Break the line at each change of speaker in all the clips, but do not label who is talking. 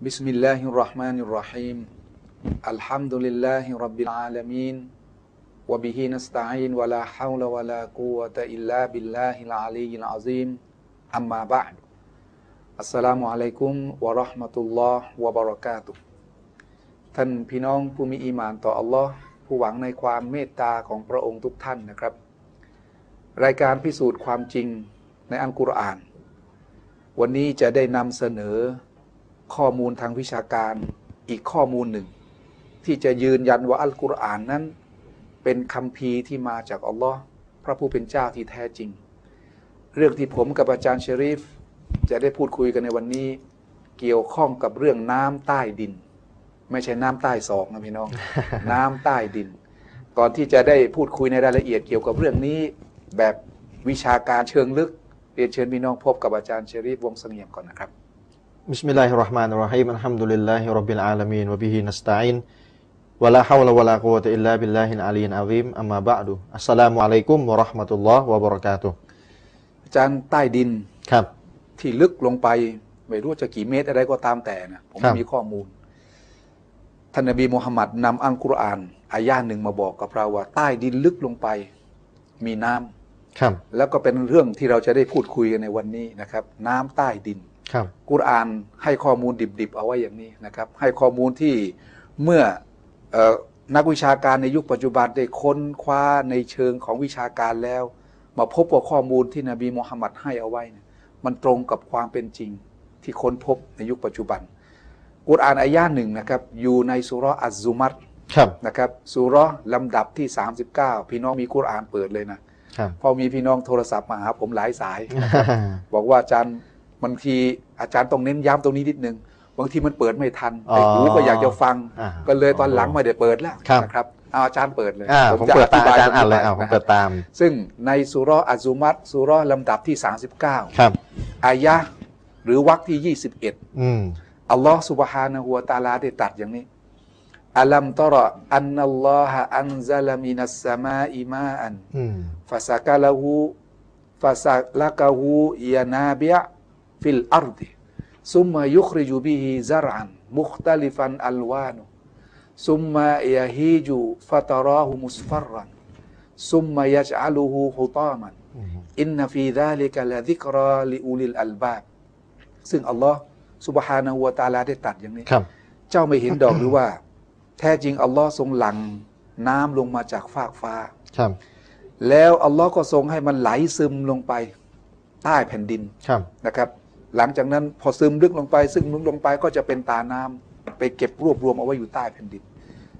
بسم الله الرحمن الرحيم الحمد لله رب العالمين وبه نستعين ولا حول ولا قوة إلا بالله العلي العظيم أما بعد السلام عليكم ورحمة الله وبركاته ท่านพี่น้องผู้มีอีหมานต่ออัลลอฮ์ผู้หวังในความเมตตาของพระองค์ทุกท่านนะครับ รายการพิสูจน์ความจริงในอัลกุรอาน วันนี้จะได้นำเสนอข้อมูลทางวิชาการอีกข้อมูลหนึ่ง ที่จะยืนยันว่าอัลกุรอานนั้น เป็นคำพีร์ที่มาจากอัลลอฮ์พระผู้เป็นเจ้าที่แท้จริง เรื่องที่ผมกับอาจารย์เชริฟ จะได้พูดคุยกันในวันนี้ เกี่ยวข้องกับเรื่องน้ำใต้ดิน ไม่ใช่น้ำใต้ศอกนะพี่น้อง น้ำใต้ดิน ก่อนที่จะได้พูดคุยในรายละเอียดเกี่ยวกับเรื่องนี้ แบบวิชาการเชิงลึกเรียนเชิญพี่น้องพบกับอาจารย์เชริฟวงศ์เสงี่ยมก่อนนะครับ
بسم الله الرحمن الرحيم الحمد لله رب العالمين وبه نستعين ولا حول ولا قوة إلا بالله العلي العظيم أما بعد السلام عليكم ورحمة الله وبركاته
อาจารย์ใต้ดิน
ครับ
ที่ลึกลงไป ไม่รู้จะกี่เมตรอะไรก็ตามแต่นะผม
ครั
ไม่
บ
มีข้อมูลท่านนบีมูฮัมมัดนำอัลกุรอานอายาหนึ่งมาบอกกับเราว่า ใต้ดินลึกลงไป มีน้ำ
ครับ
แล้วก็เป็นเรื่องที่เราจะได้พูดคุยกันในวันนี้นะครับ น้ำใต้ดิน
ครับ
กุรอานให้ข้อมูลดิบๆ เอาไว้อย่างนี้นะครับ ให้ข้อมูลที่เมื่อเออนักวิชาการในยุคปัจจุบันได้ค้นคว้าในเชิงของวิชาการแล้ว มาพบว่าข้อมูลที่นบีมูฮัมมัดให้เอาไว้เนี่ยมันตรงกับความเป็นจริงที่ค้นพบในยุคปัจจุบัน กุรอานอายาหนึ่งนะครับอยู่ในสุเราะห์อัซซุมัต
ครับ
นะครับสุเราะห์ลำดับที่ 39 พี่น้องมีกุรอานเปิดเลยนะครับ พอมีพี่น้องโทรศัพท์มาหาผมหลายสาย บอกว่าอาจารย์บางทีอาจารย์ต้องเน้นย้ำตรงนี้นิดนึงบางทีมันเปิดไม่ทัน
อ๋อ
ไอ้หูก็อยากจะฟัง
อ่า
ก็เลยตอนหลังไม่ได้เปิดแล้ว
ครับ
นะครับเอาอาจารย์เปิดเลย
อ่าผมเปิดตามอาจารย์อ่านเลยอ่าผมเปิดตาม
ซึ่งในสุเราะห์อัซซุมัตสุเราะห์ลำดับที่ 39
ครับ
อายะห์หรือวรรคที่ 21
อืม
อัลลอฮ์สุบฮานะฮูวะตะอาลาได้ตรัดอย่างนี้อัลัมตระอันนัลลอฮะอันซะลามินัสสะมาอิมาอัน
อืม
ฟาซากาลาหูฟาซาลากาหูยานาเบียฟิลอาร์ดิซุมมายุคริจูบิฮิซารันมุคตลิฟันอัลวานุซุมมายาฮีจูฟาตาราหูมุสฟารันซุมมายัจอัลูหูฮุตามันอินนฟีดาลิกะลาดิกราลิอูลิลอัลบาบซึ่งอัลลอฮ์สุบฮานะฮูวะตะอาลาได้ตรัดอย่างนี้
ครับ
เจ้าไม่เห็นดอกหรือว่า แท้จริงอัลลอฮ์ทรงหลั่งน้ำลงมาจากฟากฟ้า
ครับ
แล้วอัลลอฮ์ก็ทรงให้มันไหลซึมลงไปใต้แผ่นดิน
ครับ
นะครับ หลังจากนั้นพอซึมลึกลงไป ซึ่งลึกลงไปก็จะเป็นตาน้ำไปเก็บรวบรวมเอาไว้อยู่ใต้แผ่นดิน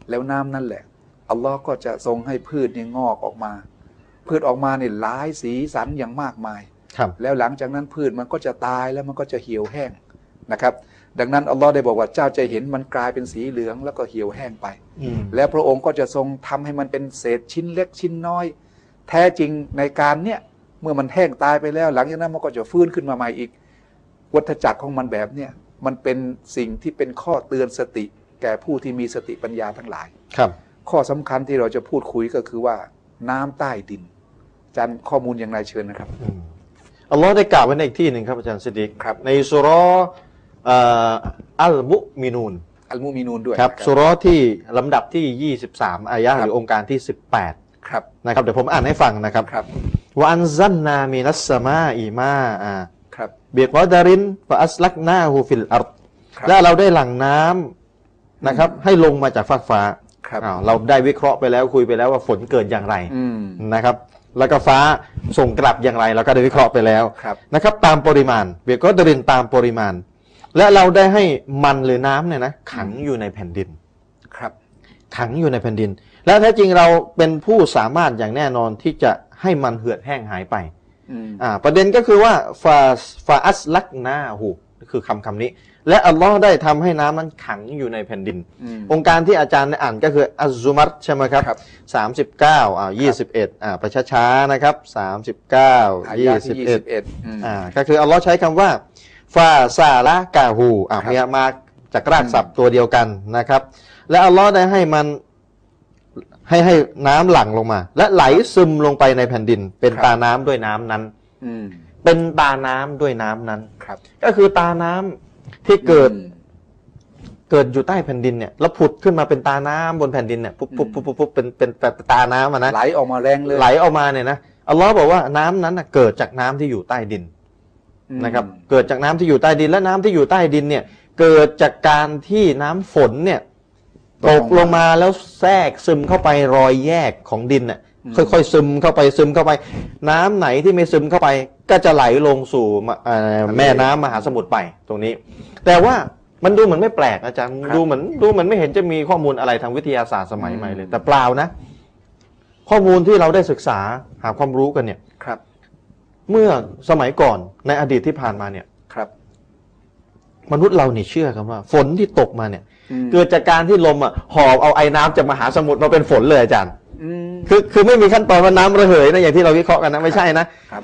แล้วน้ำนั่นแหละอัลลอฮ์ก็จะทรงให้พืชเนี่ยงอกออกมา พืชออกมาเนี่ยหลายสีสันอย่างมากมาย
ครับ
แล้วหลังจากนั้นพืชมันก็จะตายแล้วมันก็จะเหี่ยวแห้งนะครับ ดังนั้นอัลลอฮ์ได้บอกว่าเจ้าจะเห็นมันกลายเป็นสีเหลืองแล้วก็เหี่ยวแห้งไป
อืม
แล้วพระองค์ก็จะทรงทำให้มันเป็นเศษชิ้นเล็กชิ้นน้อย แท้จริงในการเนี่ยเมื่อมันแห้งตายไปแล้ว หลังจากนั้นมันก็จะฟื้นขึ้นมาใหม่อีก วัฏจักรของมันแบบเนี่ยมันเป็นสิ่งที่เป็นข้อเตือนสติ แก่ผู้ที่มีสติปัญญาทั้งหลาย
ครับ
ข้อสำคัญที่เราจะพูดคุยก็คือว่าน้ำใต้ดินอาจันข้อมูลอย่างไรเชิญนะครับ
อืมอัลลอฮ์ได้กล่าวไว้ในอีกที่หนึ่งครับอาจารย์สิดิก
ครับ
ในสุเราะห์เอ่ออัลมุมินูน
อัลมูมีนูนด้วย
ครับ
นะ
สุเราะห์ที่ลำดับที่ 23 อายะห์หรือองค์การที่ 18
ครับ
นะครับ เดี๋ยวผมอ่านให้ฟังนะครับ
ครับ
วะอันซันนามีนัสสมาอีมาอา
ครับ
เบียกอดารินฟะอัสลักนาฮูฟิลอัรด
ครับ
และเราได้หลั่งน้ำนะครับ ให้ลงมาจากฟากฟ้า
ครับ
อ้าวเราได้วิเคราะห์ไปแล้วคุยไปแล้วว่าฝนเกิดอย่างไร
อืม
นะครับ แล้วก็ฟ้าส่งกลับอย่างไร เราก็ได้วิเคราะห์ไปแล้ว
ครับ
นะครับตามปริมาณเบียก็ดรินตามปริมาณ และเราได้ให้มันหรือน้ำเนี่ยนะขังอยู่ในแผ่นดิน
ครับ
ขังอยู่ในแผ่นดิน และแท้จริงเราเป็นผู้สามารถอย่างแน่นอนที่จะให้มันเหือดแห้งหายไป
อืม
อ่าประเด็นก็คือว่าฟาฟาอัสลักนาหูคือคำคำนี้ และอัลลอฮ์ได้ทำให้น้ำนั้นขังอยู่ในแผ่นดิน
อืม
องค์การที่อาจารย์ได้อ่านก็คืออัซซุมัตใช่ไหมครับ
ครับ
สามสิบเก้าอ่ายี่สิบเอ็ดอ่าไปช้าๆนะครับสามสิบเก้า
อา
ยี่
ยะ
สิ
ที่
บ
ยี่
เอ็ด
สิบเอ็ดอืม
อ่าก็คืออัลเลอฮ์ใช้คำว่าฟาซาละกาหูอ่า
ครับ
เมียมาจากราก
อืม
ศัพท์ตัวเดียวกันนะครับ และอัลเลอฮ์ได้ให้มันให้ให้น้ำหลั่งลงมา และไหลซึมลงไปในแผ่นดิน เป็นตาน้ำด้วยน้ำนั้น
อืม
เป็นตาน้ำด้วยน้ำนั้น
ครับ
ก็คือตาน้ำที่เกิด
อืม
เกิดอยู่ใต้แผ่นดินเนี่ยแล้วผุดขึ้นมาเป็นตาน้ำบนแผ่นดินเนี่ยปุ๊บปุ๊บปุ๊บปุ๊บปุ๊บเป็นเป็นแบบตาน้ำอะนะ
ไหลออกมาแรงเลย
ไหลออกมาเนี่ยนะอัลลอฮ์บอกว่าน้ำนั้นน่ะเกิดจากน้ำที่อยู่ใต้ดิน
อืม
นะครับ เกิดจากน้ำที่อยู่ใต้ดินและน้ำที่อยู่ใต้ดินเนี่ยเกิดจากการที่น้ำฝนเนี่ยตกลงมาแล้วแทรกซึมเข้าไปรอยแยกของดินน่ะค่อยๆซึมเข้าไปซึมเข้าไป น้ำไหนที่ไม่ซึมเข้าไป ก็จะไหลลงสู่มะเอ่อแม่น้ำมหาสมุทรไปตรงนี้ แต่ว่ามันดูเหมือนไม่แปลกอาจารย์ดูเหมือนดูเหมือนไม่เห็นจะมีข้อมูลอะไรทางวิทยาศาสตร์สมัยใหม่เลย แต่เปล่านะ ข้อมูลที่เราได้ศึกษาหาความรู้กันเนี่ย
ครับ
เมื่อสมัยก่อนในอดีตที่ผ่านมาเนี่ย
ครับ
มนุษย์เราเนี่ยเชื่อกันว่า ฝนที่ตกมาเนี่ย
อืม
เกิดจากการที่ลมอ่ะหอบเอาไอ้น้ำจากมหาสมุทรมาเป็นฝนเลยอาจารย์
อืม
คือคือไม่มีขั้นตอนว่าน้ำระเหยนะอย่างที่เราวิเคราะห์กันนะไม่ใช่นะครับ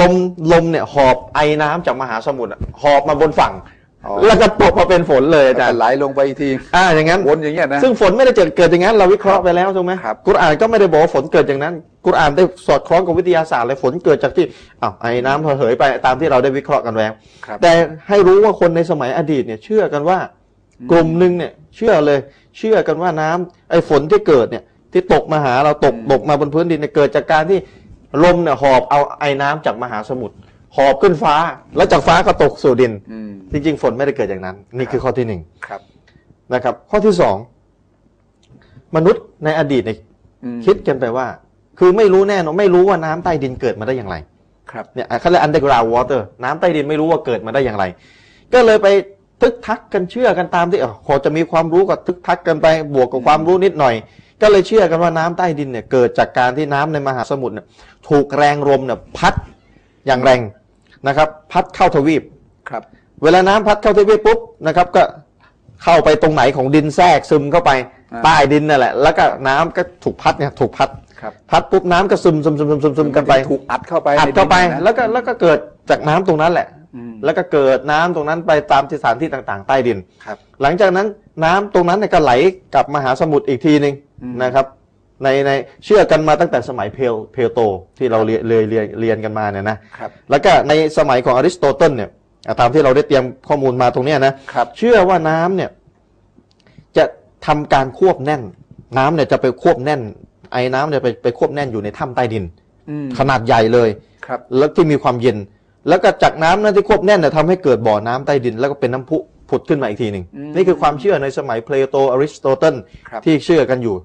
ลมลมเนี่ยหอบไอ้น้ำจากมหาสมุทรอะหอบมาบนฝั่ง
อ๋อ
แล้วก็ตกมาเป็นฝนเลยอา
แต่
จารย์
ไหลลงไปอีกที
อ่าอย่างนั้น
วนอย่างเงี้ยนะ
ซึ่งฝนไม่ได้เกิดเกิดอย่างนั้นเราวิเคราะห์ไปแล้วถูกไหม
ครับ
กุรอานก็ไม่ได้บอกว่าฝนเกิดอย่างนั้น กุรอานได้สอดคล้องกับวิทยาศาสตร์เลยฝนเกิดจากที่อ้าวไอ้น้ำระเหยไปตามที่เราได้วิเคราะห์กันแล้ว
ครับ
แต่ให้รู้ว่าคนในสมัยอดีตเนี่ยเชื่อกันว่า กลุ่มหนึ่งเนี่ยเชื่อเลย เชื่อกันว่าน้ำไอ้ฝนที่เกิดเนี่ยที่ตกมาหาเราตกตกมาบนพื้นดินเนี่ยเกิดจากการที่ลมเนี่ยหอบเอาไอ้น้ำจากมหาสมุทรหอบขึ้นฟ้า แล้วจากฟ้าก็ตกสู่ดิน
อืม
จริง ๆ ฝนไม่ได้เกิดอย่างนั้น นี่คือข้อที่หนึ่ง
ครับ
นะครับข้อที่สองมนุษย์ในอดีตเนี่ย
อืม
คิดกันไปว่า คือไม่รู้แน่นอนไม่รู้ว่าน้ำใต้ดินเกิดมาได้อย่างไร
ครับ
เนี่ยเขาเรียก underground water น้ำใต้ดินไม่รู้ว่าเกิดมาได้อย่างไร ก็เลยไปทึกทักกันเชื่อกันตามที่เออพอจะมีความรู้ก็ทึกทักกันไปบวกกับความรู้นิดหน่อย ก็เลยเชื่อกันว่าน้ำใต้ดินเนี่ยเกิดจากการที่น้ำในมหาสมุทรเนี่ยถูกแรงลมเนี่ยพัดอย่างแรงนะครับ พัดเข้าทวีป
ครับ
เวลาน้ำพัดเข้าทวีปปุ๊บนะครับก็เข้าไปตรงไหนของดินแทรกซึมเข้าไป
า
ใต้ดินนั่นแหละ แล้วก็น้ำก็ถูกพัดเนี่ยถูกพัด
ครับ
พัดปุ๊บน้ำก็ซึมซึมซึมซึมซึมซึมกันไป
ถูกอัดเข้าไป
อัดเข้าไป
ในดินนะ
แล้วก็แล้วก็เกิดจากน้ำตรงนั้นแหละ
อืม
แล้วก็เกิดน้ำตรงนั้นไปตามที่สถานที่ต่าง ๆ ใต้ดิน
ครับ
หลังจากนั้นน้ำตรงนั้นเนี่ยก็ไหลกลับมาหาสมุทรอีกทีหนึ่ง
อืม
นะครับ ในในเชื่อกันมาตั้งแต่สมัยเพลเพลโตที่เราเรียนเรียนเรียนเรียนกันมาเนี่ยนะ
ครับ
แล้วก็ในสมัยของอริสโตเติลเนี่ยอ่ะตามที่เราได้เตรียมข้อมูลมาตรงเนี้ยนะครับ เชื่อว่าน้ำเนี่ยจะทำการควบแน่น น้ำเนี่ยจะไปควบแน่น ไอ้น้ำเนี่ยไปไปควบแน่นอยู่ในถ้ำใต้ดิน
อืม
ขนาดใหญ่เลย
ครับ
แล้วที่มีความเย็น แล้วก็จากน้ำนั้นที่ควบแน่นเนี่ยทำให้เกิดบ่อน้ำใต้ดิน แล้วก็เป็นน้ำพุผุดขึ้นมาอีกทีหนึ่งนี่คือความเชื่อในสมัยเพลโตอริสโตเติล
ครับ
ที่เชื่อกันอยู่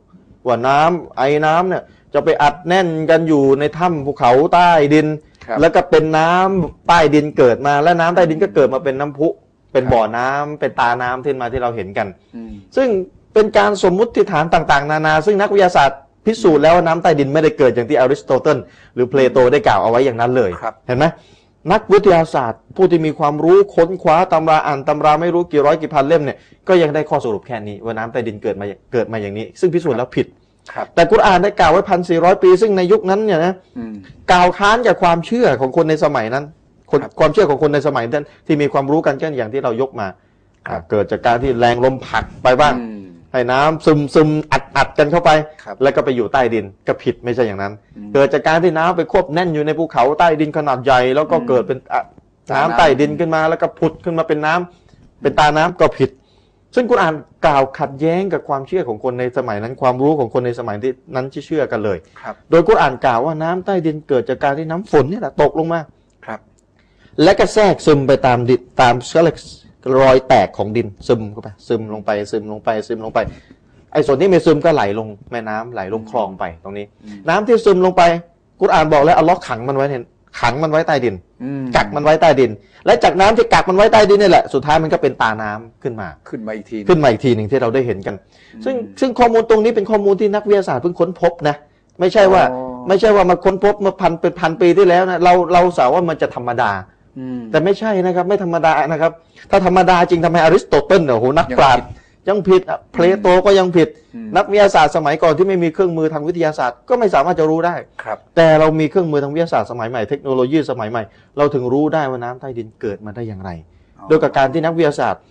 ว่าน้ำไอ้น้ำเนี่ยจะไปอัดแน่นกันอยู่ในถ้ำภูเขาใต้ดิน
ครับ
แล้วก็เป็นน้ำใต้ดินเกิดมา และน้ำใต้ดินก็เกิดมาเป็นน้ำพุ เป็น
ครับ
บ่อน้ำเป็นตาน้ำที่มาที่เราเห็นกัน
อืม
ซึ่งเป็นการสมมุติฐานต่างๆ นานา ซึ่งนักวิทยาศาสตร์พิสูจน์แล้วว่าน้ำใต้ดินไม่ได้เกิดอย่างที่อริสโตเติลหรือเพลโตได้กล่าวเอาไว้อย่างนั้นเลย
ครับ
เห็นไหมนักวิทยาศาสตร์ ผู้ที่มีความรู้ค้นคว้าตำราอ่านตำราไม่รู้กี่ร้อยกี่พันเล่มเนี่ยก็ยังได้ข้อสรุปแค่นี้ว่าน้ำใต้ดินเกิดมาเกิดมาอย่างนี้ ซึ่งพิสูจน์แล้วผิด
ครับ
แต่กุรอานได้กล่าวไว้พันสี่ร้อยปี ซึ่งในยุคนั้นเนี่ยนะ
อืม
กล่าวค้านกับความเชื่อของคนในสมัยนั้นคน
ครับ
ความเชื่อของคนในสมัยนั้นที่มีความรู้กันเช่นอย่างที่เรายกมา
ครับ
อ่าเกิดจากการที่แรงลมผลักไปบ้าง
อืม
ให้น้ำซึมซึมอัดอัดกันเข้าไป
ครับ
แล้วก็ไปอยู่ใต้ดินก็ผิดไม่ใช่อย่างนั้น
อืม
เกิดจากการที่น้ำไปควบแน่นอยู่ในภูเขาใต้ดินขนาดใหญ่ แล้วก็
อืม
เกิดเป็นอ่ะ
ตา
น้ำ
น้ำ
ใต้ดินขึ้นมา แล้วก็ผุดขึ้นมาเป็นน้ำเป็นตาน้ำก็ผิด ซึ่งคุณอ่านกล่าวขัดแย้งกับความเชื่อของคนในสมัยนั้นความรู้ของคนในสมัยที่นั้นที่เชื่อกันเลย
ครับ
โดยคุณอ่านกล่าวว่าน้ำใต้ดินเกิดจากการที่น้ำฝนเนี่ยแหละตกลงมา
ครับ
และก็แทรกซึมไปตามดินตามเขาเรียกรอยแตกของดินซึมเข้าไปซึมลงไปซึมลงไปซึมลงไป ไอ้ส่วนที่ไม่ซึมก็ไหลลงแม่น้ำไหลลงคลองไปตรงนี้
อืม
น้ำที่ซึมลงไปกุรอานบอกแล้วอัลเลอฮ์ขังมันไว้เนี่ยขังมันไว้ใต้ดิน
อืม
กักมันไว้ใต้ดิน และจากน้ำที่กักมันไว้ใต้ดินนี่แหละสุดท้ายมันก็เป็นตาน้ำขึ้นมา
ขึ้นมาอีกทีหนึ่ง
ขึ้นมาอีกทีหนึ่งที่เราได้เห็นกัน ซึ่งซึ่งข้อมูลตรงนี้เป็นข้อมูลที่นักวิทยาศาสตร์เพิ่งค้นพบนะไม่ใช่ว่า
อ๋อ
ไม่ใช่ว่ามาค้นพบมาพันเป็นพันปีที่แล้วนะเราเราสาวว่ามันจะธรรมดา
อืม
แต่ไม่ใช่นะครับไม่ธรรมดานะครับ ถ้าธรรมดาจริงทำไมอริสโตเติลเนี่ยโอ้โหนักปราชญ์ยังผิดอะเพลโตก็ยังผิด
อืม
นักวิทยาศาสตร์สมัยก่อนที่ไม่มีเครื่องมือทางวิทยาศาสตร์ก็ไม่สามารถจะรู้ได้
ครับ
แต่เรามีเครื่องมือทางวิทยาศาสตร์สมัยใหม่เทคโนโลยีสมัยใหม่ เราถึงรู้ได้ว่าน้ำใต้ดินเกิดมาได้อย่างไร โดยกับการที่นักวิทยาศาสตร์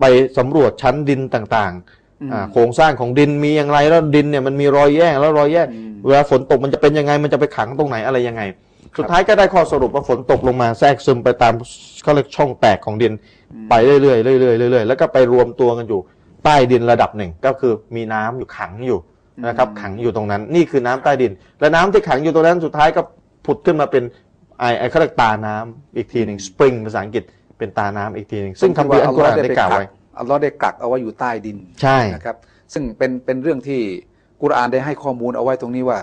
ไปสำรวจชั้นดินต่าง
อืม
ๆอ่าโครงสร้างของดินมีอย่างไรแล้วดินเนี่ยมันมีรอยแยกแล้วรอยแยก
อืม
เวลาฝนตกมันจะเป็นยังไงมันจะไปขังตรงไหนอะไรยังไง
ครับ
สุดท้ายก็ได้ข้อสรุปว่าฝนตกลงมาแทรกซึมไปตามเขาเรียกช่องแตกของดิน ไปเรื่อยๆเรื่อยๆเรื่อยๆแล้วก็ไปรวมตัวกันอยู่ ใต้ดินระดับหนึ่งก็คือมีน้ำอยู่ขังอยู่นะครับ
อืม
ขังอยู่ตรงนั้น นี่คือน้ำใต้ดิน และน้ำที่ขังอยู่ตรงนั้นสุดท้ายก็ผุดขึ้นมาเป็นไอไอเขาเรียกตาน้ำอีกทีหนึ่งสปริงภาษาอังกฤษเป็นตาน้ำอีกทีหนึ่งซึ่งคำพีร์อัลกุรอานได้กล่าวไว้
อัลลอฮ์ได้กักเอาไว้อยู่ใต้ดิน
ใช่
นะครับ ซึ่งเป็นเป็นเรื่องที่กุรอานได้ให้ข้อมูลเอาไว้ตรงนี้ว่า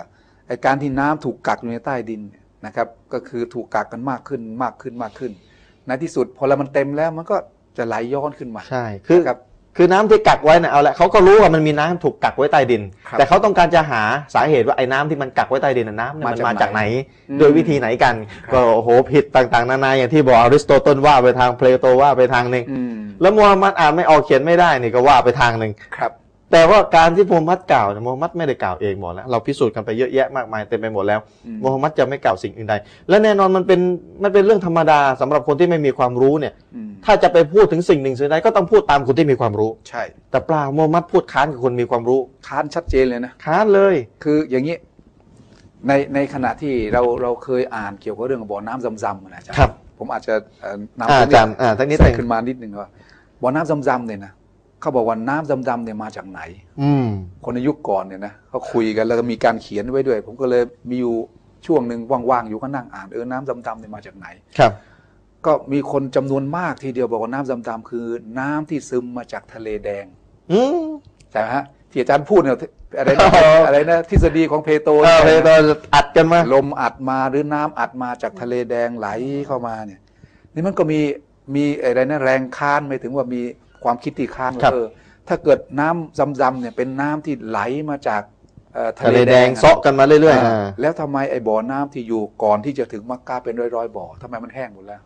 ไอการที่น้ำถูกกักอยู่ในใต้ดินเนี่ยนะครับ ก็คือถูกกักกันมากขึ้นมากขึ้นมากขึ้น ในที่สุดพอแล้วมันเต็มแล้วมันก็จะไหลย้อนขึ้นมา
ใช่ คือ
ครับ
คือน้ำที่กักไว้เนี่ยเอาละเขาก็รู้ว่ามันมีน้ำถูกกักไว้ใต้ดิน
ครับ
แต่เขาต้องการจะหาสาเหตุว่าไอ้น้ำที่มันกักไว้ใต้ดินน่ะน้ำเนี่ยมันมาจากไหน โดวยวิธีไหนกัน
ครับ
ก็โอ้โหผิดต่างๆ นานาอย่างที่บอกอริสโตเติลว่าไปทางเพลโตว่าไปทางหนึ่ง
อืม
แล้วมูฮัมหมัดอ่านไม่ออกเขียนไม่ได้นี่ก็ว่าไปทางหนึ่ง
ครับ
แต่ว่าการที่มูฮัมหมัดกล่าวเนี่ยมูฮัมหมัดไม่ได้กล่าวเองหมดแล้วเราพิสูจน์กันไปเยอะแยะมากมายเต็มไปหมดแล้ว
อืม
มูฮัมหมัดจะไม่กล่าวสิ่งอื่นใดและแน่นอนมันเป็นมันเป็นเรื่องธรรมดาสำหรับคนที่ไม่มีความรู้เนี่ย
อืม
ถ้าจะไปพูดถึงสิ่งหนึ่งสิ่งใดก็ต้องพูดตามคนที่มีความรู้
ใช่
แต่เปล่ามูฮัมหมัดพูดค้านกับคนมีความรู้
ค้านชัดเจนเลยนะ
ค้านเลย
คืออย่างนี้ในในขณะที่เราเราเคยอ่านเกี่ยวกับเรื่องบ่อน้ำซำๆนะอาจารย์
ครับ
ผมอาจจะเอ่อนำ
อ่า
เรื่องนี้
อาจารย์อ่าทั้งนี้
ใส่
แต่ง
ขึ้นมานิดหนึ่งว่าบ่อน้ำซำๆเนี่ยนะเขาบอกว่าน้ำซำๆเนี่ยมาจากไหน
อืม
คนในยุคก่อนเนี่ยนะเขาคุยกันแล้วก็มีการเขียนไว้ด้วย ผมก็เลยมีอยู่ช่วงหนึ่งว่างๆอยู่ก็นั่งอ่านเออน้ำดำๆเนี่ยมาจากไหน
ครับ
ก็มีคนจำนวนมากทีเดียวบอกว่าน้ำดำๆคือน้ำที่ซึมมาจากทะเลแดง
อืม
ใช่ไหมฮะที่อาจารย์พูดเนี่ยอะไรนะ
อ๋ออ
อะไรนะทฤษฎีของเพโตร
เออเพลโตอัดกันมา
ลมอัดมาหรือน้ำอัดมาจากทะเลแดงไหลเข้ามาเนี่ยนี่มันก็มีมีอะไรนะแรงค้านไม่ถึงว่ามีความคิดที่ค้าน
ครั
ว่า
บ
เออถ้าเกิดน้ำซำๆเนี่ยเป็นน้ำที่ไหลมาจากเอ่อ
ทะเลแดง
อ
เซาะกันมาเรื่อยๆ
า
อ่า
แล้วทำไมไอ้บ่อน้ำที่อยู่ก่อนที่จะถึงมักกะเป็นร้อยๆบ่อทำไมมันแห้งหมดแล้ว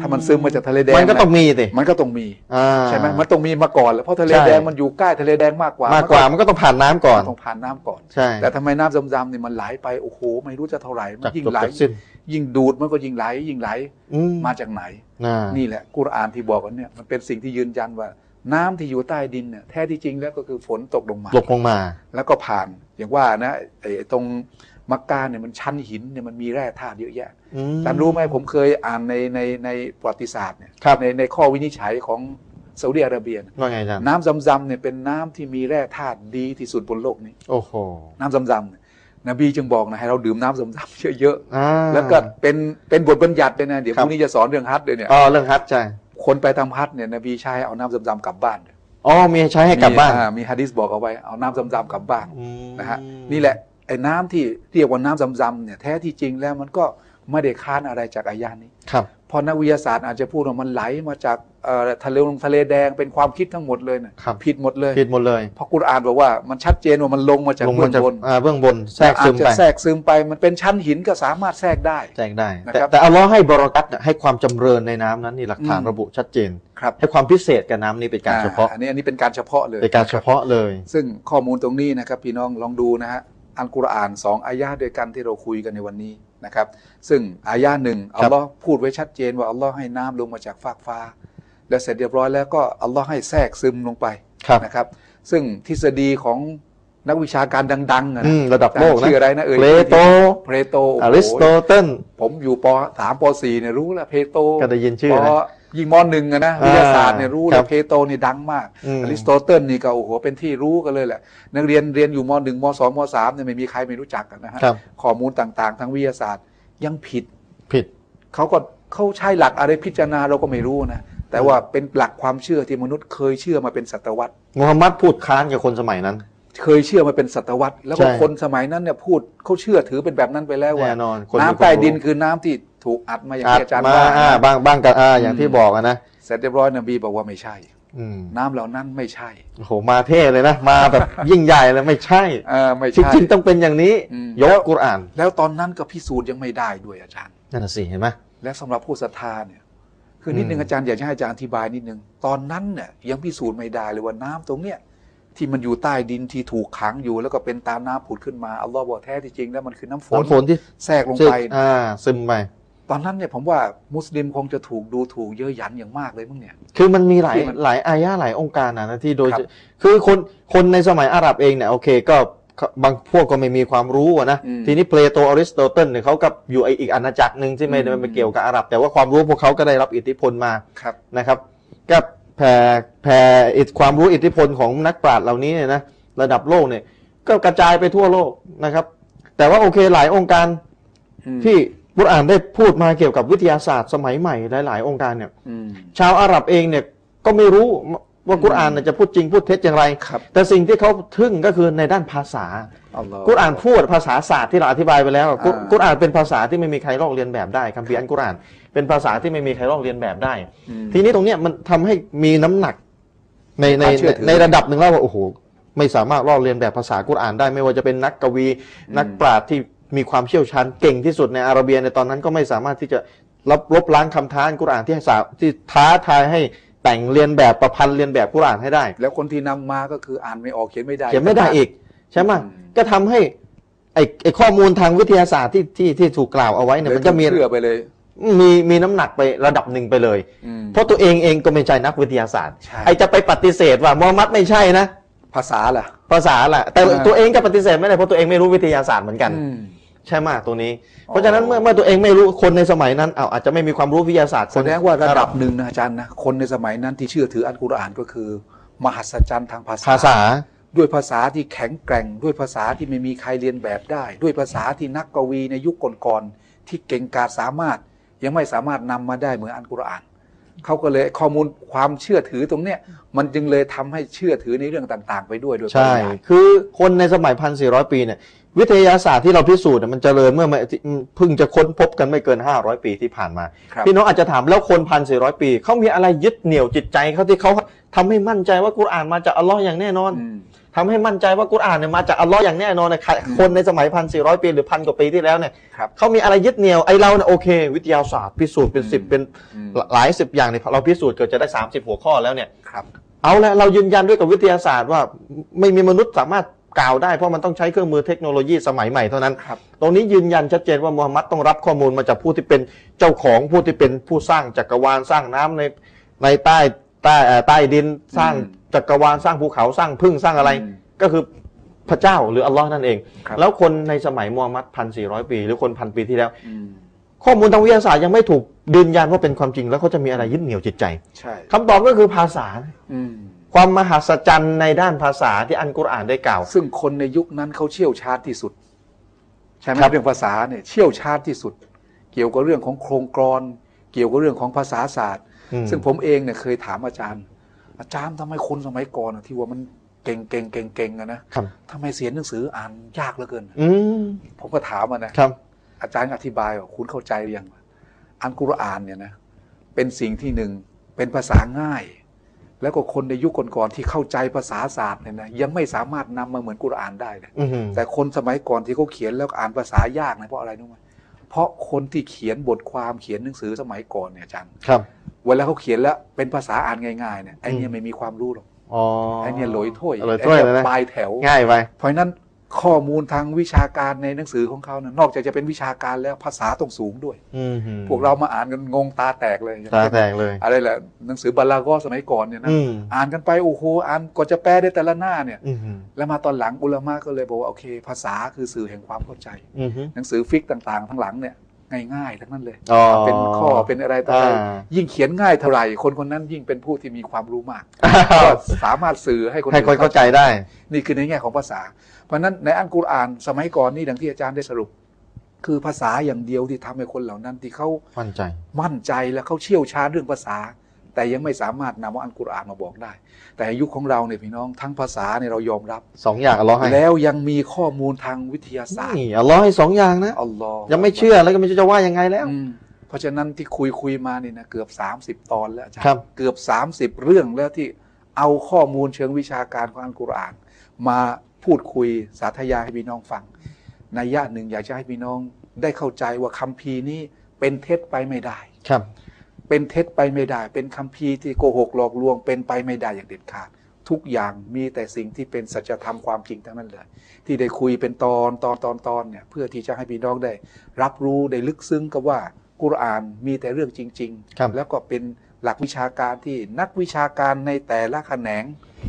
ถ้ามันซึมมาจากทะเลแดง
มันก็ต้องมีสิ
มันก็ต้องมี
อ่า
ใช่ไหมมันต้องมีมาก่อนแล้วเพราะทะเล
ใช่
แดงมันอยู่ใกล้ทะเลแดงมากกว่าม
มากกว่ามันก็ต้องผ่านน้ำก่อน
นต้องผ่านน้ำก่อน
ใช่
แต่ทำไมน้ำซำๆเนี่ยมันไหลไปโอ้โหไม่รู้จะเท่าไหร่มั
จา
น
ก
ยิ่ง
จบ
ไหล
จากสิ้น
ยิ่งดูดมันก็ยิ่งไหลยิ่งไหล
อื
มาจากไหน
อ่า
นี่แหละกุรอานที่บอกกันเนี่ยมันเป็นสิ่งที่ยืนยันว่า น้ำที่อยู่ใต้ดินเนี่ยแท้ที่จริงแล้วก็คือฝนตกลงมา
หลบลงมา
แล้วก็ผ่านอย่างว่านะไอ้ไอ้ตรงมักกะเนี่ยมันชั้นหินเนี่ยมันมีแร่ธาตุเยอะแยะ
อืม
จำรู้ไหมผมเคยอ่านในในในประวัติศาสตร์เนี่ย
ครับ
ในในข้อวินิจฉัยของซาอุดิอาระเบียนะ
ว่าไงอาจารย์
น้ำซำๆเนี่ยเป็นน้ำที่มีแร่ธาตุดีที่สุดบนโลกนี้
โอ้โห
น้ำซำๆเนี่ยนบีจึงบอกนะให้เราดื่มน้ำซำๆเยอะๆ
อ่า
แล้วก็เป็นเป็นบทบัญญัติเลยนะ เดี๋ยว
ครั
พ
บ
รุ่งนี้จะสอนเรื่องฮัทเลยเนี่ย
อ๋อเรื่องฮัทใช่
คนไปทำฮัทเนี่ยนบีชายเอาน้ำซำๆกลับบ้าน
อ๋อมีใช้ให้กลับบ้าน
มีอ่มีฮะดิษบอกเอาไว้เอาน้ำซำๆกลับบ้าน
อืม
นะฮะนี่แหละไอ้น้ำที่เรียกว่าน้ำซำๆเนี่ยแท้ที่จริงแล้วมันก็ไม่ได้ค้านอะไรจากอายานี้
ครับ
เพอนักวิทยาศาสตร์อาจจะพูดว่ามันไหลมาจากเอ่อทะเลลงทะเลแดงเป็นความคิดทั้งหมดเลยนะครับ ผิดหมดเลย
ผิดหมดเลย
เพราะกุรอานบอกว่ามันชัดเจนว่ามันลงมาจาก
ลง
เบื้
มา
อง
จาก
บน
อ่าเบื้องบนแทรกซึม
อาจจะ
ไป
แทรกซึมไปมันเป็นชั้นหินก็สามารถแทรกได้
แทรกได้แต่
นะครับ
แต่เอาล้อให้บรอกัตเนี่ยให้ความจำเริญในน้ำนั้นนี่หลักฐาน
อืม
ระบุชัดเจน
ครับ
ให้ความพิเศษกับน้ำนี้เป็นการเฉพาะ
อ่อันนี้อันนี้เป็นการเฉพาะเลย
เป็นการเฉพาะเลย
ซึ่งข้อมูลตรงนี้นะครับพี่น้องลองดูนะฮะอัลกุรอานสองอายะห์ด้วยกันที่เราคุยกันในวันนี้นะครับ ซึ่งอายะห์หนึ่งอัลลอฮ์พูดไว้ชัดเจนว่าอัลลอฮ์ให้น้ำลงมาจากฟากฟ้า และเสร็จเรียบร้อยแล้วก็อัลลอฮ์ให้แทรกซึมลงไป
ครับ
นะครับ ซึ่งทฤษฎีของนักวิชาการดังๆอะ
อื
นะ
มระดับโลก
จำ
นะ
ชื่ออะไรนะเอ่ย
เพลโต
เพลโตโอ้โห
อริสโตเติล
ผมอยู่ปสามปสี่เนี่ยรู้แล้วเพลโต
ก็ได้ยินชื่อ
ป
นะ
ยิงมหนึ่งอะนะวิทยาศาสตร์เนี่ยรู้เล
ครั
ย
บ
เพลโตนี่ดังมาก
ม
อริสโตเติลนี่ก็โอ้โหเป็นที่รู้กันเลยแหละ นักเรียนเรียนอยู่มหนึ่งมสองมสามเนี่ยไม่มีใครไม่รู้จักกันนะฮะ
ครับ
ข้อมูลต่างๆ ทางวิทยาศาสตร์ยังผิด
ผิด
เขาก็เขาใช้หลักอะไรพิจารณาเราก็ไม่รู้นะ แต่ว่าเป็นหลักความเชื่อที่มนุษย์เคยเชื่อมาเป็นศตวรรษ
มูฮัมหมัดพูดค้านกับคนสมัยนั้น
เคยเชื่อมาเป็นศตวรรษ แล้วก็
ใช่
คนสมัยนั้นเนี่ยพูดเขาเชื่อถือเป็นแบบนั้นไปแล้วว่า
แน่นอนคน
น้ำใต้ดิน
มี
คือน้ำที่ถูกอัดมาอย่าง
ความรู้อัด
ที่อาจารย์
มา
ว่า
อ่า
นะ
บ้างบ้างกันอ่าอย่างที่บอกอะนะ
เสร็จเรียบร้อยนบีบอกว่าไม่ใช่
อืม
น้ำเหล่านั้นไม่ใช่
โอ้โหมาเท่เลยนะ มาแบบ ยิ่งใหญ่เลยไม่ใช่
เออไม่
จ
ใช่
ริงๆต้องเป็นอย่างนี้
อืม
ยกกุรอาน
แล้วตอนนั้นก็พิสูจน์ยังไม่ได้ด้วยอาจารย์
นั่นนะสิเห็นไหม
และสำหรับผู้ศรัทธาเนี่ยคือนิดนึ
อื
ง
ม
อาจารย์อยากจะให้อาจารย์อธิบายนิดนึงตอนนั้นเนี่ยยังพิสูจน์ไม่ได้เลยว่าน้ำตรงเนี้ยที่มันอยู่ใต้ดินที่ถูกขังอยู่ แล้วก็เป็นตาน้ำผุดขึ้นมาอัลลอฮ์บอกแท้ที่จริงแล้วมันคือน้ำฝน
น้ำฝนที่
แทรกลง
ซึม
ไป
อ่าซึมไป
ตอนนั้นเนี่ยผมว่ามุสลิมคงจะถูกดูถูกเย้ยหยันอย่างมากเลยมั้งเนี่ย
คือมันมีหลาย
ที่มัน
หลายอายะหลายองค์การนะนะที่โดย
ครับ
คือคนคนในสมัยอาหรับเองเนี่ยโอเคก็ เขาบางพวกก็ไม่มีความรู้อะนะ
อืม
ทีนี้เพลโตอริสโตเติลเนี่ยเขากับอยู่ไอ้อีกอาณาจักรหนึ่งที่ไม่ได้
อืม
ไม่เกี่ยวกับอาหรับ แต่ว่าความรู้พวกเขาก็ได้รับอิทธิพลมา
ครับ
นะครับก็แผ่แผ่อิทธิความรู้อิทธิพลของนักปราชญ์เหล่านี้เนี่ยนะระดับโลกเนี่ยก็กระจายไปทั่วโลกนะครับ แต่ว่าโอเคหลายองค์การ
อืม
ที่บุตรอ่านได้พูดมาเกี่ยวกับวิทยาศาสตร์สมัยใหม่หลายๆองค์การเนี่ย
อืม
ชาวอาหรับเองเนี่ยก็ไม่รู้ว่ากุรอานเนี่ยจะพูดจริงพูดเท็จอย่างไร
ครับ
แต่สิ่งที่เขาทึ่งก็คือในด้านภาษา
อัลลอฮ์
กุรอานพูดภาษาศาสตร์ที่เราอธิบายไปแล้ว
อ่า
กุรกุรอานเป็นภาษาที่ไม่มีใครลอกเลียนแบบได้คัมภีร์อันกุรอานเป็นภาษาที่ไม่มีใครลอกเลียนแบบได้
อืม
ทีนี้ตรงเนี้ยมันทำให้มีน้ำหนักในใน
ความเชื่อถือ
ในระดับหนึ่งแล้วว่าโอ้โหไม่สามารถลอกเรียนแบบภาษากุรอานได้ ไม่ว่าจะเป็นนักกวี
ม
นักปราชญ์ที่มีความเชี่ยวชาญเก่งที่สุดในอาระเบียในตอนนั้นก็ไม่สามารถที่จะลบลบล้างคำท้าอันกุรอานที่ให้สาที่ท้าทายให้แต่งเรียนแบบประพันธ์เรียนแบบกุรอานให้ได้
แล้วคนที่นำมาก็คืออ่านไม่ออกเขียนไม่ได้
เขียนไม่ได้อีกใช่ไหม
อืม
ก็ทำให้ไอ้ไอ้ข้อมูลทางวิทยาศาสตร์ที่ที่ที่ถูกกล่าวเอาไว้เนี่ย
เลย
มันก็มี
เชื่อไปเลย
มีมีน้ำหนักไประดับหนึ่งไปเลย
อืม
เพราะตัวเองเองก็ไม่ใช่นักวิทยาศาสตร์
ใช่
ไอจะไปปฏิเสธว่ามูฮัมหมัดไม่ใช่นะ
ภาษาล่ะ
ภาษาล่ะ แต่
อ่า
ตัวเองก็ปฏิเสธไม่ได้เพราะตัวเองไม่รู้วิทยาศาสตร์เหมือนกัน
อืม
ใช่มากตัวนี้
อ๋อ
เพราะฉะนั้นเมื่อเมื่อตัวเองไม่รู้คนในสมัยนั้นเอาอาจจะไม่มีความรู้วิทยาศาสตร์
แสดงว่าระดับหนึ่งนะอาจารย์นะคนในสมัยนั้นที่เชื่อถืออัลกุรอานก็คือ มหัศจรรย์ทางภาษา
ภาษา
ด้วยภาษาที่แข็งแกร่ง ด้วยภาษาที่ไม่มีใครเรียนแบบได้ ด้วยภาษาที่นักกวีในยุคก่อนๆที่เก่งกาจสามารถยังไม่สามารถนำมาได้เหมือนอันกุรอานเขาก็เลยข้อมูลความเชื่อถือตรงเนี้ยมันจึงเลยทำให้เชื่อถือในเรื่องต่าง ๆ ไปด้วยโดยป
ใช่
ริยาย
คือคนในสมัยพันสี่ร้อยปีเนี่ยวิทยาศาสตร์ที่เราพิสูจน์เนี่ยมันเจริญเมื่อไม่เพิ่งจะค้นพบกันไม่เกิน 500 ปีที่ผ่านมา
ครับ
พี่น้องอาจจะถามแล้วคนพันสี่ร้อยปีเขามีอะไรยึดเหนี่ยวจิตใจเขาที่เขาทำให้มั่นใจว่ากุรอานมาจากอัลลอฮ์อย่างแน่นอน
อืม
ทำให้มั่นใจว่ากุรอานเนี่ยมาจากอัลลอฮ์อย่างแน่นอนนะใครคนในสมัยพันสี่ร้อยปีหรือพันกว่าปีที่แล้วเนี่ย
ครับ
เขามีอะไรยึดเหนี่ยวไอเราเนี่ยโอเค วิทยาศาสตร์พิสูจน์เป็นสิบเป็น
อืม
หลายสิบอย่างเนี่ยเราพิสูจน์เกิดจะได้ 30 หัวข้อแล้วเนี่ย
ครับ
เอาละเรายืนยันด้วยกับวิทยาศาสตร์ว่าไม่มีมนุษย์สามารถกล่าวได้เพราะมันต้องใช้เครื่องมือเทคโนโลยีสมัยใหม่เท่านั้น
ครับ
ตรงนี้ยืนยันชัดเจนว่ามูฮัมหมัดต้องรับข้อมูลมาจากผู้ที่เป็นเจ้าของผู้ที่เป็นผู้สร้างจักรวาลสร้างน้ำในในใต้ใต้เอ่อใต้ดินสร้าง
อืม
จักรวาลสร้างภูเขาสร้างพึ่งสร้างอะไร
อืม
ก็คือพระเจ้าหรืออัลลอฮ์นั่นเอง
ครับ
แล้วคนในสมัยมูฮัมหมัดพันสี่ร้อยปี หรือคนพันปีที่แล้ว
อืม
ข้อมูลทางวิทยาศาสตร์ยังไม่ถูกยืนยันว่าเป็นความจริงแล้วเขาจะมีอะไรยึดเหนี่ยวจิตใจ
ใช่
คำตอบก็คือภาษา
อืม
ความมหัศจรรย์ในด้านภาษาที่อันกุรอานได้กล่าว
ซึ่งคนในยุคนั้นเขาเชี่ยวชาญที่สุด ใช่ไหม
ครับ
เรื่องภาษาเนี่ยเชี่ยวชาญที่สุด เกี่ยวกับเรื่องของโครงกรอน เกี่ยวกับเรื่องของภาษาศาสตร์
อืม
ซึ่งผมเองเนี่ยเคยถามอาจารย์ อาจารย์ทำไมคนสมัยก่อนอะที่ว่ามันเก่งเก่งเก่งเก่งอะนะครับ ทำไมเสียนหนังสืออ่านยากเหลือเกิน
อืม
ผมก็ถามอะนะครับ อาจารย์อธิบายว่าคุณเข้าใจหรือยังอันกุรอานเนี่ยนะเป็นสิ่งที่หนึ่งเป็นภาษาง่าย แล้วก็คนในยุคก่อนๆที่เข้าใจภาษาศาสตร์เนี่ยนะยังไม่สามารถนำมาเหมือนกุรอานได้เลย
อือหือ
แต่คนสมัยก่อนที่เขาเขียนแล้วอ่านภาษายากนะเพราะอะไรรู้ไหมเพราะคนที่เขียนบทความเขียนหนังสือสมัยก่อนเนี่ยอาจารย์
ครับ
เวลาเขาเขียนแล้วเป็นภาษาอ่านง่ายๆเนี่ยไอเนี่ยไม่มีความรู้หรอก
อ๋อ
ไอเนี่ยโหลอยถ้วย
โรยถ้วย
ไอ้
เลย
เนี่
นะ
ปลายแถว
ง่ายไป
เพราะฉะนั้นข้อมูลทางวิชาการในหนังสือของเขานะนอกจากจะเป็นวิชาการแล้วภาษาต้องสูงด้วย พวกเรามาอ่านกันงงตาแตกเลย
ตาแตกเลย
อะไรแหละหนังสือบาลากอสมัยก่อนเนี่ยนะ
อืม
อ่านกันไปโอ้โหอ่านกว่าจะแปลได้แต่ละหน้าเนี่ย
อืมอืม
แล้วมาตอนหลังอุลามะก็เลยบอกว่าโอเค ภาษาคือสื่อแห่งความเข้าใจ
อืม
หนังสือฟิกต่างๆ ทั้งหลังเนี่ยง่ายๆทั้งนั้นเลย
อ๋อ
เป็นข้อเป็นอะไรต่ออะไร
อ่า
ยิ่งเขียนง่ายเท่าไหร่ คนคนนั้นยิ่งเป็นผู้ที่มีความรู้มาก
อ้า
ก็
ว
สามารถสื่อให้คน
ให้
อื่น
คนเข้าใจได้
นี่คือในแง่ของภาษา เพราะฉะนั้นในอันกุรอานสมัยก่อนนี่ดังที่อาจารย์ได้สรุป คือภาษาอย่างเดียวที่ทำให้คนเหล่านั้นที่เขา
มั่นใจ
มั่นใจและเขาเชี่ยวชาญเรื่องภาษา แต่ยังไม่สามารถนำว่าอันกุรอานมาบอกได้ แต่ยุคของเราเนี่ยพี่น้องทั้งภาษาเนี่ยเรายอมรับ
สองอย่างอัลลอฮ์ให้
แล้วยังมีข้อมูลทางวิทยาศาสตร์
นี่อัลลอฮ์ให้สองอย่างนะ
อัลลอฮ์
ยังไม่เชื่อแล้วก็ไม่รู้จะว่ายังไงแล้ว
อืมเพราะฉะนั้นที่คุยคุยๆมานี่นะเกือบ 30 ตอนแล้วอาจารย์
ครับ
เกือบ 30 เรื่องแล้วที่เอาข้อมูลเชิงวิชาการของอัลกุรอาน มาพูดคุยสาธยายให้พี่น้องฟังในยะหนึ่งอยากจะให้พี่น้องได้เข้าใจว่าคัมภีร์นี้เป็นเท็จไปไม่ได้
ครับ
เป็นเท็จไปไม่ได้ เป็นคัมภีร์ที่โกหกหลอกลวง เป็นไปไม่ได้อย่างเด็ดขาด ทุกอย่างมีแต่สิ่งที่เป็นสัจธรรมความจริงทั้งนั้นเลย ที่ได้คุยเป็นตอนตอนตอนตอนเนี่ยเพื่อที่จะให้พี่น้องได้ รับรู้ได้ลึกซึ้งกับว่ากุรอานมีแต่เรื่องจริง
ครับ
ๆ แล้วก็เป็นหลักวิชาการที่นักวิชาการในแต่ละแขนง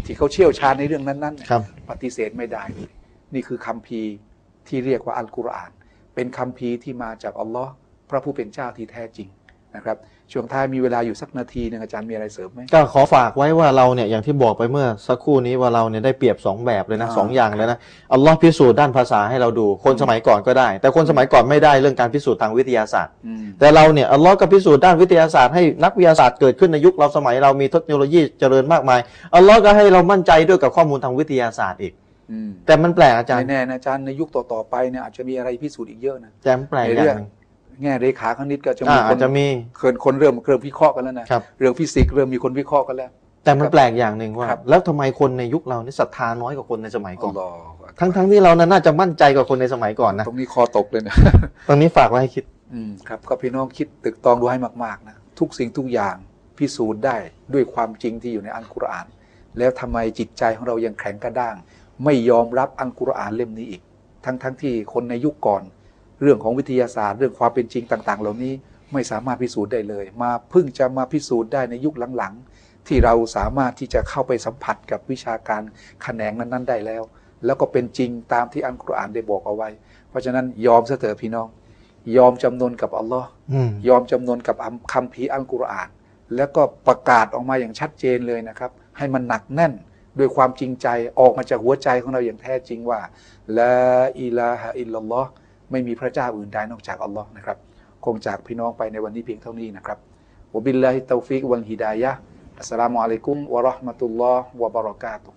ที่เขาเชี่ยวชาญในเรื่องนั้นๆเนี่ย
ครับ
ปฏิเสธไม่ได้เลย นี่คือคำพีร์ที่เรียกว่าอัลกุรอาน เป็นคำพีร์ที่มาจากอัลลอฮ์พระผู้เป็นเจ้าที่แท้จริงนะครับ ช่วงท้ายมีเวลาอยู่สักนาทีหนึงอาจารย์มีอะไรเสริมไหม
ก็ขอฝากไว้ว่าเราเนี่ยอย่างที่บอกไปเมื่อสักครู่นี้ว่าเราเนี่ยได้เปรียบสองแบบเลยนะ
อ่า
สองอย่างเลยนะอัลลอฮ์พิสูจน์ด้านภาษาให้เราดูคนสมัยก่อนก็ได้ แต่คนสมัยก่อนไม่ได้เรื่องการพิสูจน์ทางวิทยาศาสตร์
อืม
แต่เราเนี่ยอัลลอฮ์ก็พิสูจน์ด้านวิทยาศาสตร์ให้นักวิทยาศาสตร์เกิดขึ้นในยุคเราสมัยเรามีเทคโนโลยีเจริญมากมายอัลลอฮ์ก็ให้เรามั่นใจด้วยกับข้อมูลทางวิทยาศาสตร์อีก
อืม
แต่มันแปลกอาจารย์
ไม่แน่นะอาจารย์ในยุคต่อๆไปเนี่ยอาจจะมีอะไรพิสูจน์อีกเยอะนะ
แต่มันแปลกอย่างหนึ่ง
แง่เรขาคณิตก็จะ
อ่า
มีค
อาจ
น
จะมี
เคนคนเริ่มเริ่มวิเคราะห์กันแล้วนะครับ เรื่องฟิสิกส์เริ่มมีคนวิเคราะห์กันแล้ว
แต่มันแปลกอย่างหนึ่งว่า
ครับ
แล้วทำไมคนในยุคเรานี่ศรัทธาน้อยกว่าคนในสมัยก่อน
รอ
ทั้งๆที่เรานั้นน่าจะมั่นใจกว่าคนในสมัยก่อนนะ
ตรงนี้คอตกเลยนะ
ตรงนี้ฝากไว้ให้คิด
อืมครับก็พี่น้องคิดตึกตองดูให้มากๆนะทุกสิ่งทุกอย่างพิสูจน์ได้ด้วยความจริงที่อยู่ในอัลกุรอาน แล้วทำไมจิตใจของเรายังแข็งกระด้าง ไม่ยอมรับอัลกุรอานเล่มนี้อีก ทั้งๆทที่คนในยุคก่อน เรื่องของวิทยาศาสตร์ เรื่องความเป็นจริงต่างๆ เหล่านี้ไม่สามารถพิสูจน์ได้เลย มาเพิ่งจะมาพิสูจน์ได้ในยุคหลังๆ ที่เราสามารถที่จะเข้าไปสัมผัสกับวิชาการแขนงนั้นๆได้แล้ว แล้วก็เป็นจริงตามที่อัลกุรอานได้บอกเอาไว้ เพราะฉะนั้นยอมซะเถอะพี่น้อง ยอมจำนนกับอัลลอฮ์
อืม
ยอมจำนนกับอัมคัมภีร์อัลกุรอาน แล้วก็ประกาศออกมาอย่างชัดเจนเลยนะครับ ให้มันหนักแน่นด้วยความจริงใจออกมาจากหัวใจของเราอย่างแท้จริงว่าละอิลาฮะอิลลัลลอฮ์ไม่มีพระเจ้าอื่นใดนอกจากอัลลอฮ์นะครับ คงจากพี่น้องไปในวันนี้เพียงเท่านี้นะครับวะบิลลาฮิตตอฟิกวัลฮิดายะฮ์อัสสลามุอะลัยกุมวะเราะห์มะตุลลอฮ์วะบะเราะกาตุฮ์